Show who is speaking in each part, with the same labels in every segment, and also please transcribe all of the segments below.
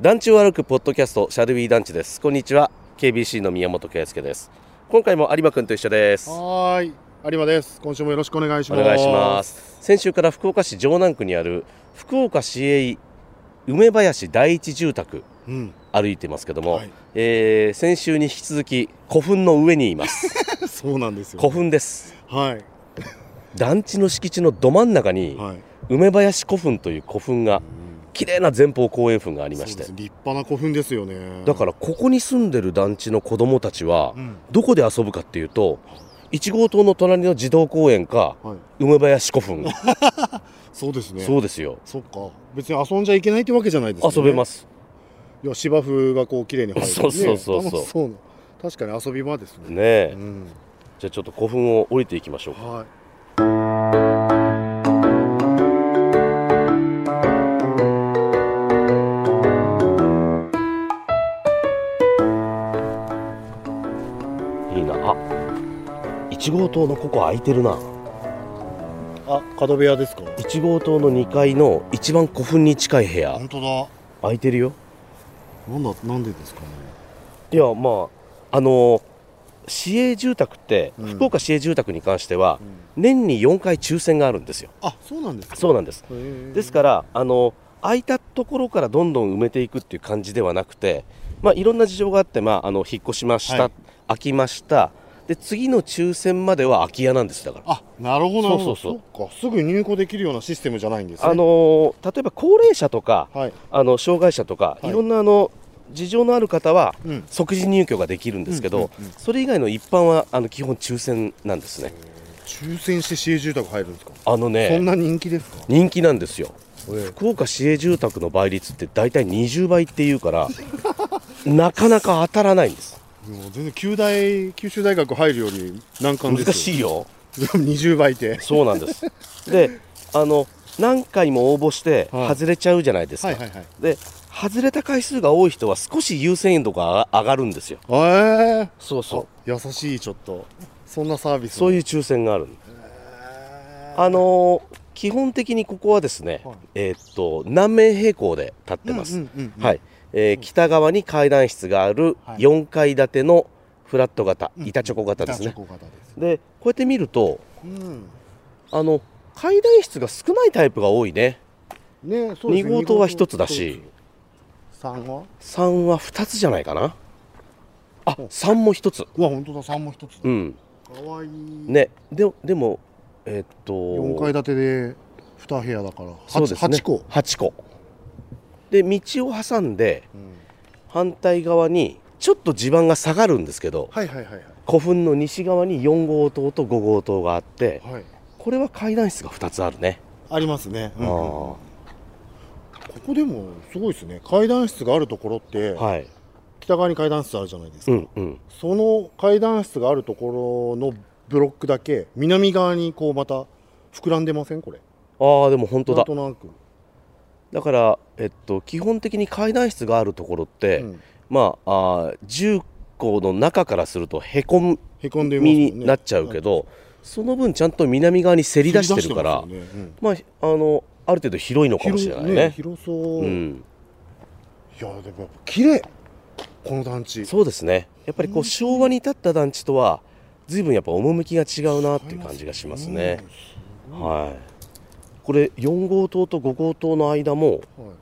Speaker 1: 団地を歩くポッドキャストシャルウィー団地ですこんにちは KBC の宮本圭介です今回も有馬くんと一緒です
Speaker 2: はーい、有馬です。今週もよろしくお願いし
Speaker 1: お
Speaker 2: ます。
Speaker 1: 願いします先週から福岡市城南区にある福岡市営梅林第一住宅
Speaker 2: うん、
Speaker 1: 歩いてますけども、
Speaker 2: はい
Speaker 1: えー先週に引き続き古墳の上にいます
Speaker 2: そうなんですよ。
Speaker 1: 古墳です
Speaker 2: はい、
Speaker 1: 団地の敷地のど真ん中に
Speaker 2: はい。
Speaker 1: 梅林古墳という古墳が綺麗な前方後円墳があ
Speaker 2: い
Speaker 1: りまして
Speaker 2: 立派な古墳ですよね。
Speaker 1: だからここに住んでる団地の子供たちは
Speaker 2: うん、
Speaker 1: どこで遊ぶかっていうと1号棟の隣の児童公園か
Speaker 2: はい、
Speaker 1: 梅林古墳
Speaker 2: そうですね。
Speaker 1: そうですよ
Speaker 2: そっか、別に遊んじゃいけないってわけじゃないですよね。。
Speaker 1: 遊べますす
Speaker 2: いや、芝生がこう綺麗に入る、ね。
Speaker 1: そうそうそうそう
Speaker 2: 楽しそうな。確かに遊び場ですね。
Speaker 1: ねえ
Speaker 2: うん、
Speaker 1: じゃあちょっと古墳を降りていきましょうか
Speaker 2: はい。
Speaker 1: いいなあ1号棟のここ空いてるな
Speaker 2: あ、角部屋ですか。
Speaker 1: 1号棟の2階の一番古墳に近い部屋
Speaker 2: 本当だ。
Speaker 1: 空いてるよ
Speaker 2: なんだ、なんでですかね。
Speaker 1: いやまああのー市営住宅って、
Speaker 2: うん
Speaker 1: 福岡市営住宅に関しては年に4回抽選があるんですよ
Speaker 2: あ、そうなんですか。
Speaker 1: そうなんです
Speaker 2: う
Speaker 1: ですからあの空いたところからどんどん埋めていくっていう感じではなくて、まあ、いろんな事情があって、まあ、あの引っ越しました、
Speaker 2: はい
Speaker 1: 空きましたで次の抽選までは空き家なんですだから。
Speaker 2: あ、なるほどなるほど。
Speaker 1: そうそう
Speaker 2: そっか、すぐ入庫できるようなシステムじゃないんですね。
Speaker 1: あのー例えば高齢者とか
Speaker 2: はい。
Speaker 1: あの障害者とか、
Speaker 2: はい
Speaker 1: い、ろんなあの事情のある方は
Speaker 2: うん。
Speaker 1: 即時入居ができるんですけど、
Speaker 2: うんうんうん
Speaker 1: それ以外の一般はあの基本抽選なんですね
Speaker 2: 抽選して市営住宅入るんですか。
Speaker 1: あの
Speaker 2: そん
Speaker 1: ね
Speaker 2: な人気ですか。
Speaker 1: 人気なんですよ
Speaker 2: え
Speaker 1: 福岡市営住宅の倍率って大体20倍っていうから なかなか当たらないんです
Speaker 2: えもう全然九大九州大学入るより難関ですよ。
Speaker 1: 難しいよ
Speaker 2: い。 二十倍で。
Speaker 1: そうなんですであの何回も応募して
Speaker 2: はい
Speaker 1: 外れちゃうじゃないですか、
Speaker 2: はいはいはい。
Speaker 1: で外れた回数が多い人は少し優先度が上がるんですよ
Speaker 2: ええ
Speaker 1: そうそう
Speaker 2: 優しいちょっと。そんなサービス。
Speaker 1: そういう
Speaker 2: う。
Speaker 1: 抽選があるあのー基本的にここはですね、
Speaker 2: はい
Speaker 1: えーっと南面平行で立ってます、
Speaker 2: うんうんうん
Speaker 1: はい、えー北側に階段室がある
Speaker 2: はい
Speaker 1: 4階建てのフラット型、
Speaker 2: うん
Speaker 1: 板チョコ型です
Speaker 2: 板
Speaker 1: ね
Speaker 2: チョコ型です。
Speaker 1: でこうやって見ると
Speaker 2: うん。
Speaker 1: あの階段室が少ないタイプが多いね
Speaker 2: ね、そう
Speaker 1: 二
Speaker 2: ですね
Speaker 1: 号棟は一つだし。
Speaker 2: 三は。
Speaker 1: 3は2つじゃないかなあ3も1つ
Speaker 2: うわ、本当だ、三も一つ
Speaker 1: う
Speaker 2: だ。
Speaker 1: ん
Speaker 2: 可愛いい。
Speaker 1: ねででもえーっと
Speaker 2: 四階建てで二部屋だから
Speaker 1: そうですね
Speaker 2: 八個、
Speaker 1: 8個で道を挟んで
Speaker 2: うん
Speaker 1: 反対側にちょっと地盤が下がるんですけど
Speaker 2: はいはいはい
Speaker 1: 古墳の西側に4号棟と5号棟があって
Speaker 2: はい、はい、
Speaker 1: これは階段室が2つあるね、
Speaker 2: ありますね、うんうん
Speaker 1: あ
Speaker 2: ここでもすごいですね階段室があるところって、
Speaker 1: あはい
Speaker 2: 北側に階段室あるじゃないです
Speaker 1: う
Speaker 2: か、
Speaker 1: んうん
Speaker 2: その階段室があるところのブロックだけ南側にこうまた膨らんでませんこれ
Speaker 1: ああでも本当だ
Speaker 2: なんとなく、
Speaker 1: だから、えっと、基本的に階段室があるところって、
Speaker 2: うん、
Speaker 1: まああー10個の中からするとへこみ
Speaker 2: へこんでますもんね
Speaker 1: になっちゃうけど、その分ちゃんと南側にせ
Speaker 2: せ
Speaker 1: り出してるから
Speaker 2: り出してますよね
Speaker 1: まあ、あのある程度広いの
Speaker 2: う
Speaker 1: か
Speaker 2: ん
Speaker 1: もしれないね
Speaker 2: 広ね広そう、
Speaker 1: う
Speaker 2: い
Speaker 1: ん、
Speaker 2: やでもやっぱ綺麗この団地
Speaker 1: そうですねやっぱりこう昭和に立った団地とは随分やっぱ趣が違うなっていう感じがしますね、はいこれ4号棟と5号棟の間も
Speaker 2: うんはい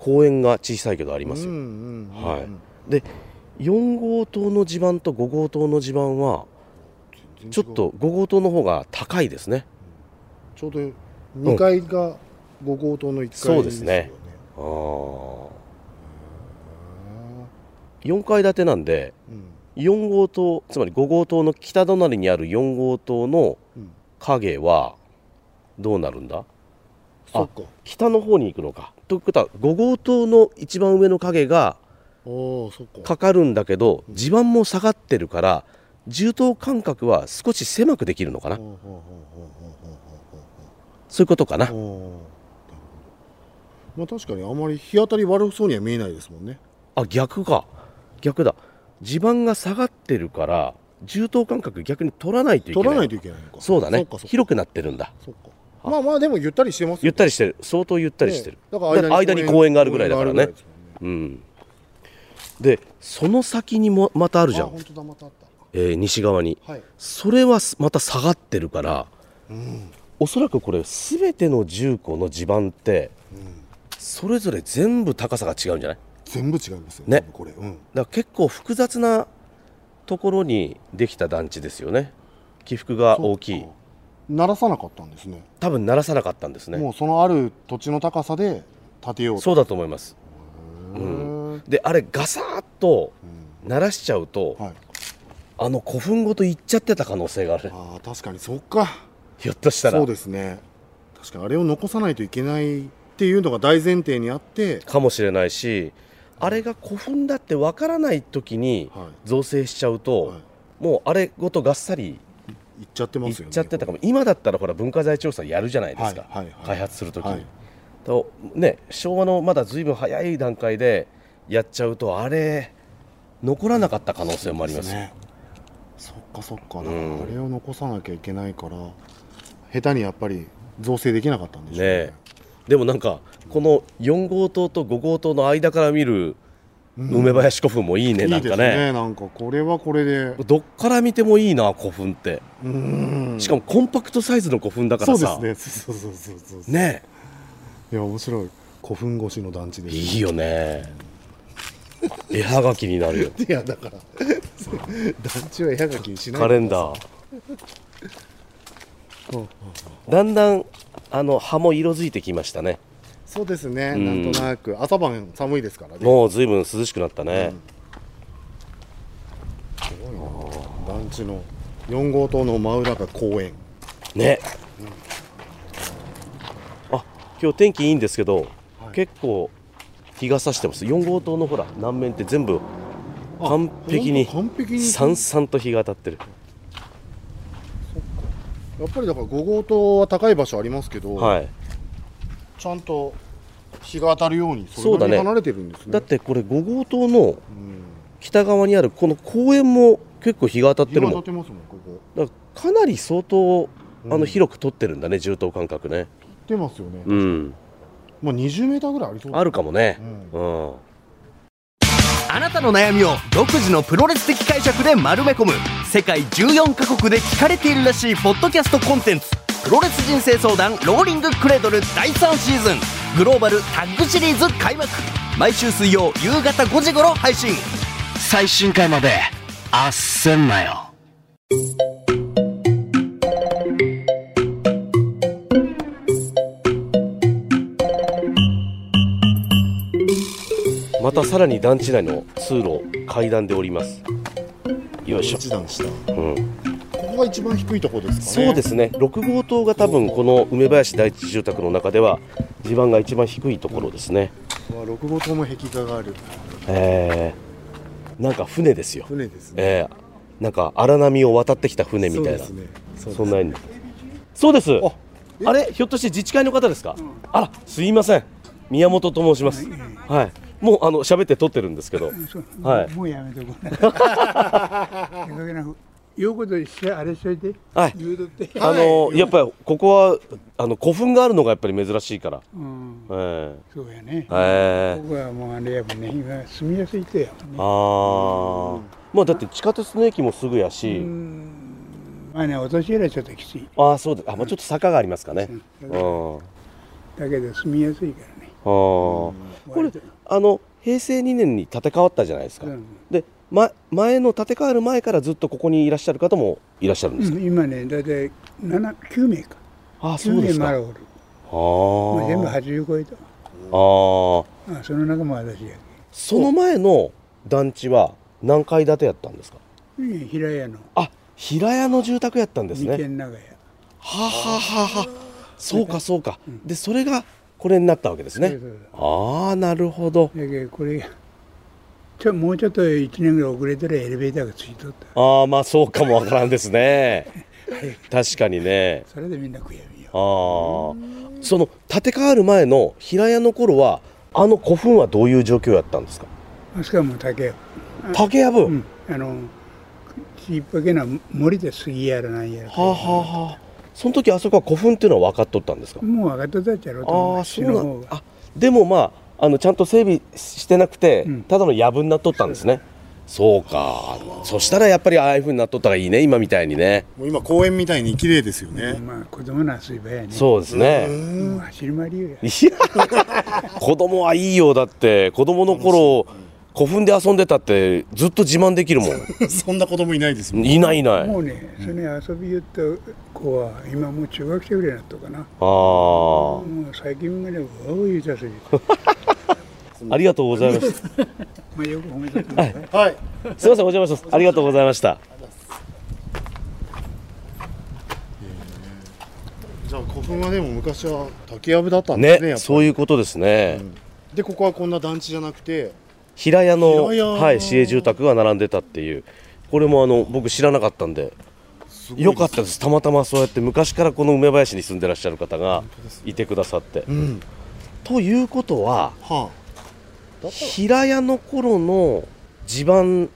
Speaker 1: 公園が小さいけどあります
Speaker 2: う
Speaker 1: よ、
Speaker 2: んうんうんうん
Speaker 1: はいで4号棟の地盤と5号棟の地盤は
Speaker 2: 全然違う
Speaker 1: ちょっと5号棟の方が高いですね
Speaker 2: ちょうど2階が5号棟の1階
Speaker 1: そうですね
Speaker 2: よ
Speaker 1: あー
Speaker 2: ね
Speaker 1: 4階建てなんで
Speaker 2: うん
Speaker 1: 4号棟つまり5号棟の北隣にある4号棟の
Speaker 2: うん
Speaker 1: 影はどうなるんだ
Speaker 2: そっか
Speaker 1: 北の方に行くのかということは5号棟の一番上の影が
Speaker 2: おおそっか
Speaker 1: かかるんだけど地盤も下がってるから重棟間隔は少し狭くできるのかな
Speaker 2: ほうほうほうほうほ
Speaker 1: そういうことか
Speaker 2: うほうほう
Speaker 1: な
Speaker 2: ほうおーなるほどまあ確かにあまり日当たり悪そうには見えないですもんね
Speaker 1: あ逆か逆だ地盤が下がってるから重棟間隔逆に取らないといけない
Speaker 2: 取らないといけないのか
Speaker 1: そうだね
Speaker 2: そっかそっか
Speaker 1: 広くなってるんだ
Speaker 2: そっかまあまあでもゆったりしてます
Speaker 1: ゆったり
Speaker 2: し
Speaker 1: してる相当ゆったりしてる、
Speaker 2: だから間に
Speaker 1: 間に公園があるぐらいだからね
Speaker 2: 公園があるぐらいですもんね
Speaker 1: うん、でその先にもまたあるじゃ
Speaker 2: あ
Speaker 1: ん、
Speaker 2: 本当だまたあっ
Speaker 1: えー西側に
Speaker 2: たはい
Speaker 1: それはすまた下がってるからおそらくこれ全ての重工の地盤ってそれぞれ全部高さが違うんじゃないだか
Speaker 2: 全部違いますよ
Speaker 1: ね
Speaker 2: 多分これうん
Speaker 1: ら結構複雑なところにできた団地ですよね起伏が大きい
Speaker 2: そうか鳴らさなかったんですね
Speaker 1: 多分鳴らさなかったんですね
Speaker 2: もうそのある土地の高さで建てようと
Speaker 1: そうだと思います
Speaker 2: へー
Speaker 1: であれガサーッと
Speaker 2: うん
Speaker 1: 鳴らしちゃうと
Speaker 2: はい
Speaker 1: あの古墳ごと行っちゃってた可能性がある
Speaker 2: あー確かにそっか
Speaker 1: ひょっとしたら
Speaker 2: そうですね確かにあれを残さないといけないっていうのが大前提にあって
Speaker 1: かもしれないしあれが古墳だってわからない時に
Speaker 2: は
Speaker 1: 造成しちゃう
Speaker 2: い、
Speaker 1: と、
Speaker 2: はい、
Speaker 1: もうあれごとがっさり
Speaker 2: 行っちゃってま
Speaker 1: い
Speaker 2: すよね
Speaker 1: っちゃってたかも、今だったらほら文化財調査やるじゃないですか、
Speaker 2: はいはいはい
Speaker 1: 開発するときに、
Speaker 2: はい
Speaker 1: とね、昭和のまだずいぶん早い段階でやっちゃうと、あれ、残らなかった可能性もありますよ
Speaker 2: ねそっかそっか、
Speaker 1: ん
Speaker 2: あれを残さなきゃいけないから下手にやっぱり造成できなかったんでしょうね
Speaker 1: ねでもなんか、この4号棟と5号棟の間から見る梅林古墳もいいね、
Speaker 2: い
Speaker 1: ないん
Speaker 2: で
Speaker 1: か
Speaker 2: す
Speaker 1: ね
Speaker 2: ねなんかこれはこれで
Speaker 1: どっから見てもいいな、古墳って、
Speaker 2: うん
Speaker 1: しかもコンパクトサイズの古墳だから
Speaker 2: そう
Speaker 1: さ、
Speaker 2: ですねそうそうそうそうそう
Speaker 1: ね
Speaker 2: いや面白い古墳越しの団地で
Speaker 1: いいよね、絵はがきになるよ。
Speaker 2: いやだから団地は絵はがきにしない
Speaker 1: カレンダーだんだんあの葉も色づいてきましたね
Speaker 2: そうですね、
Speaker 1: ん
Speaker 2: なんとなく朝晩寒いですからね
Speaker 1: もうずいぶん涼しくなったね、
Speaker 2: すごいな団地の4号棟の真裏が公園
Speaker 1: ね、あ今日天気いいんですけど、
Speaker 2: はい
Speaker 1: 結構日が差してます4号棟のほら南面って全部完璧に
Speaker 2: あほんと完璧に
Speaker 1: さんさんと日が当たってる
Speaker 2: やっぱりだから5号棟は高い場所ありますけど、
Speaker 1: はい
Speaker 2: ちゃんと日が当たるように
Speaker 1: そうだね
Speaker 2: なり離れてるんですね
Speaker 1: だってこれ5号棟の
Speaker 2: うん、
Speaker 1: 北側にあるこの公園も結構日が当たって
Speaker 2: 日
Speaker 1: る
Speaker 2: が
Speaker 1: も
Speaker 2: 当
Speaker 1: ん
Speaker 2: たってますもんここ
Speaker 1: だからかなり相当あの
Speaker 2: うん
Speaker 1: 広く取ってるんだね、住棟間隔ね
Speaker 2: 出ますよね、
Speaker 1: うん
Speaker 2: まあ20メーターぐらいありそうだ
Speaker 1: あるかもね
Speaker 2: うん
Speaker 1: うん、
Speaker 3: あなたの悩みを独自のプロレス的解釈で丸め込む世界14カ国で聞かれているらしいポッドキャストコンテンツ「プロレス人生相談ローリングクレードル」第3シーズングローバルタッグシリーズ開幕毎週水曜夕方5時頃配信最新回まであっせんなよ
Speaker 1: またさらに団地内の通路を階段で降りますよいしょ、
Speaker 2: 一段下
Speaker 1: うん、
Speaker 2: ここが一番低いところですかね
Speaker 1: そうですね6号棟が多分この梅林第一住宅の中では地盤が一番低いところですね
Speaker 2: まあ、6号棟も壁画がある
Speaker 1: えー、なんか船ですよ
Speaker 2: 船ですね
Speaker 1: えー、なんか荒波を渡ってきた船みたいな
Speaker 2: そうですねそうです
Speaker 1: そんな絵にそうです
Speaker 2: あえ
Speaker 1: あれひょっとして自治会の方ですかあらすいません宮本と申しますはいもうあの喋って撮ってるんですけどはい
Speaker 4: もうやめとこうな。 いい加減な言うことしてあれしといて。
Speaker 1: はい
Speaker 4: 言うとって。
Speaker 1: あのやっぱりここはあの古墳があるのがやっぱり珍しいから、
Speaker 4: うん。
Speaker 1: え
Speaker 4: そうやね。
Speaker 1: えええ
Speaker 4: 僕はもうあれやもんね。今住みやすい人やもんね。
Speaker 1: ああまあだって地下鉄の駅もすぐやし、
Speaker 4: まあね、お年寄りはちょっときつい。
Speaker 1: ああそうだあ、まあ、ちょっと坂がありますかね、う
Speaker 4: うんん
Speaker 1: あ
Speaker 4: だけど住みやすいからね。
Speaker 1: あこれ
Speaker 4: 割と
Speaker 1: あの平成2年に建て替わったじゃないですか、
Speaker 4: うん
Speaker 1: で、ま、前の建て替わる前からずっとここにいらっしゃる方もいらっしゃるんですか、
Speaker 4: うん今ね、だいたい七九名か。
Speaker 1: ああそ
Speaker 4: 九
Speaker 1: うで
Speaker 4: 名
Speaker 1: すか
Speaker 4: ま
Speaker 1: あ
Speaker 4: だおる。
Speaker 1: ー
Speaker 4: まあ全部八十超えた
Speaker 1: あ
Speaker 4: わ。
Speaker 1: あ
Speaker 4: あその中も私や
Speaker 1: その前の団地は何階建てやったんですか
Speaker 4: け。うん平屋の
Speaker 1: あ平屋の住宅やったんです
Speaker 4: 二
Speaker 1: ね
Speaker 4: 軒長屋。
Speaker 1: はあはあはあはあそうかそうか、でそれがこれになったわけです
Speaker 4: そ
Speaker 1: ね
Speaker 4: うそう
Speaker 1: ああなるほど
Speaker 4: そうだけどこれちょもうちょっと1年ぐらい遅れたらエレベーターがついとった
Speaker 1: ああまあそうかもわからんですね確かにね
Speaker 4: それでみんな悔やみよ
Speaker 1: ああその建て替わる前の平屋の頃はあの古墳はどういう状況やったんですか
Speaker 4: あそこはもう竹や
Speaker 1: 竹やぶ、
Speaker 4: うんあのちっぽけな森で杉やらなんやら
Speaker 1: はあはあはあその時あそこは古墳っていうのは分かっとったんですか、
Speaker 4: もう分かっとったっちゃろうと
Speaker 1: あ
Speaker 4: 思
Speaker 1: あ
Speaker 4: う
Speaker 1: そ
Speaker 4: 死
Speaker 1: う
Speaker 4: の
Speaker 1: な
Speaker 4: 方
Speaker 1: ん
Speaker 4: が
Speaker 1: あでもまああのちゃんと整備してなくて、
Speaker 4: うん
Speaker 1: ただの野分になっとったんですねそうかそしたらやっぱりああいうふうになっとったらいいね今みたいにね
Speaker 2: もう今公園みたいに綺麗ですよね、
Speaker 4: まあ子供の遊び場やね
Speaker 1: そうですね、
Speaker 4: もう走り回りよや
Speaker 1: いや子供はいいよだって子供の頃古墳で遊んでたってずっと自慢できるも
Speaker 2: そんな子供いないですもん
Speaker 1: んいないいない
Speaker 4: もうねそれね遊びよった子は今もう中学生ぐらいになったかな
Speaker 1: あー
Speaker 4: もう最近までわお言うたす ぎて
Speaker 1: ありがとうございま した
Speaker 4: まあよく褒めたくない
Speaker 2: は
Speaker 1: す
Speaker 2: い
Speaker 1: いませんお邪魔しますありがとうございました
Speaker 2: じゃあ古墳はでも昔は竹やぶだったんですねや
Speaker 1: ね
Speaker 2: っぱり
Speaker 1: そういうことですね、
Speaker 2: でここはこんな団地じゃなくて
Speaker 1: 平屋の
Speaker 2: 平屋
Speaker 1: はい、市営住宅が並んでたっていうこれもあの僕知らなかったんでよかったですたまたまそうやって昔からこの梅林に住んでらっしゃる方がいてくださって、
Speaker 2: うん
Speaker 1: ということは
Speaker 2: は
Speaker 1: 平屋の頃の地盤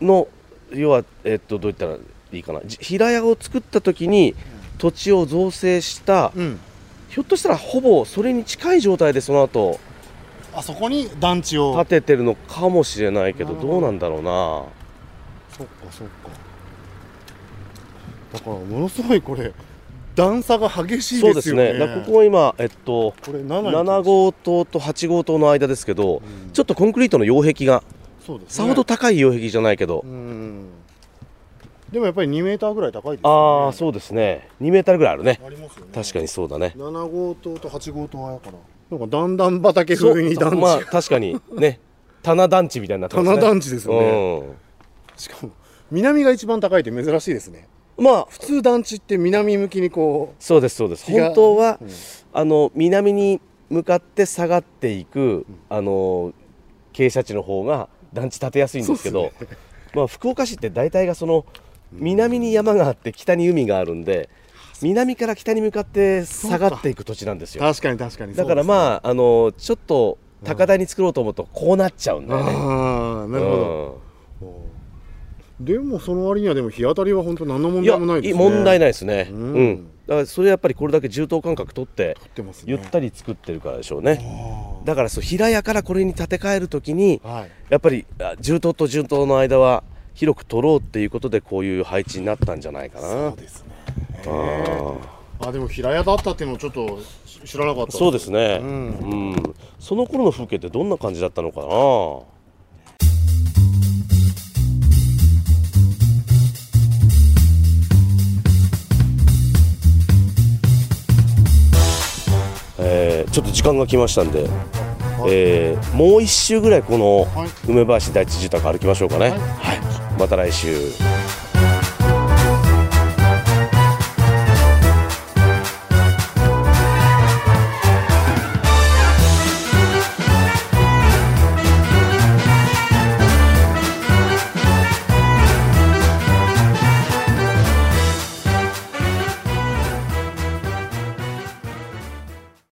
Speaker 1: の要は、えっとどう言ったらいいかなじ平屋を作った時に土地を造成した、
Speaker 2: あうん
Speaker 1: ひょっとしたらほぼそれに近い状態でその後
Speaker 2: あそこに団地を
Speaker 1: 建ててるのかもしれないけど
Speaker 2: なるほど
Speaker 1: どうなんだろうな
Speaker 2: そっかそっかだからものすごいこれ段差が激しい
Speaker 1: そう
Speaker 2: で
Speaker 1: ですす
Speaker 2: よね
Speaker 1: ねだからここは今えっと
Speaker 2: これ7
Speaker 1: 7号棟と8号棟の間ですけど、
Speaker 2: うん
Speaker 1: ちょっとコンクリートの擁壁が
Speaker 2: そうです
Speaker 1: さ
Speaker 2: ね
Speaker 1: ほど高い擁壁じゃないけど、
Speaker 2: うんでもやっぱり2メーターぐらい高いです
Speaker 1: ああ
Speaker 2: う
Speaker 1: そうですね2メーターぐらいあるね
Speaker 2: ありますよね
Speaker 1: 確かにそうだね
Speaker 2: 7号棟と8号棟はやからなんかだんだん畑風に団地、
Speaker 1: そう まあ確かにね 棚団地みたいになってますね
Speaker 2: 棚団地ですよね、しかも南が一番高いって珍しいですね
Speaker 1: うん、まあ
Speaker 2: 普通団地って南向きにこ
Speaker 1: そうですそうです
Speaker 2: 日が
Speaker 1: 本当は、
Speaker 2: うん
Speaker 1: あの南に向かって下がっていく、あの傾斜地の方が団地建てやすいんですけどまあ、福岡市って大体がその南に山があって北に海があるんで南から北に向かって下がっていく土地なんです
Speaker 2: う
Speaker 1: よ
Speaker 2: 確かに確かに
Speaker 1: だから
Speaker 2: あ
Speaker 1: まああのちょっと高台に作ろうと思うとこうなっちゃうんだよね。
Speaker 2: あーなるほど、
Speaker 1: うん
Speaker 2: でもその割にはでも日当たりは本当何の問
Speaker 1: いや
Speaker 2: 題もないですね
Speaker 1: 問題
Speaker 2: ない
Speaker 1: ないですね、
Speaker 2: う
Speaker 1: うんんだからそれやっぱりこれだけ重等間隔取って
Speaker 2: ってますね
Speaker 1: ゆったり作ってるからでしょうね、
Speaker 2: あ
Speaker 1: だからそう平屋からこれに建て替えるときに
Speaker 2: ーはい
Speaker 1: やっぱりあ重等と重等の間は広く取ろうっていうことでこういう配置になったんじゃないか
Speaker 2: そ
Speaker 1: な
Speaker 2: うですねへーあでも平屋だったっていうのをちょっとし知らなかった
Speaker 1: そうですね、う
Speaker 2: う
Speaker 1: んんその頃の風景ってどんな感じだったのかなえーちょっと時間が来ましたんで、えーもう一周ぐらいこの
Speaker 2: はい
Speaker 1: 梅林第一住宅歩きましょうかね、
Speaker 2: はい
Speaker 1: はい、また来週。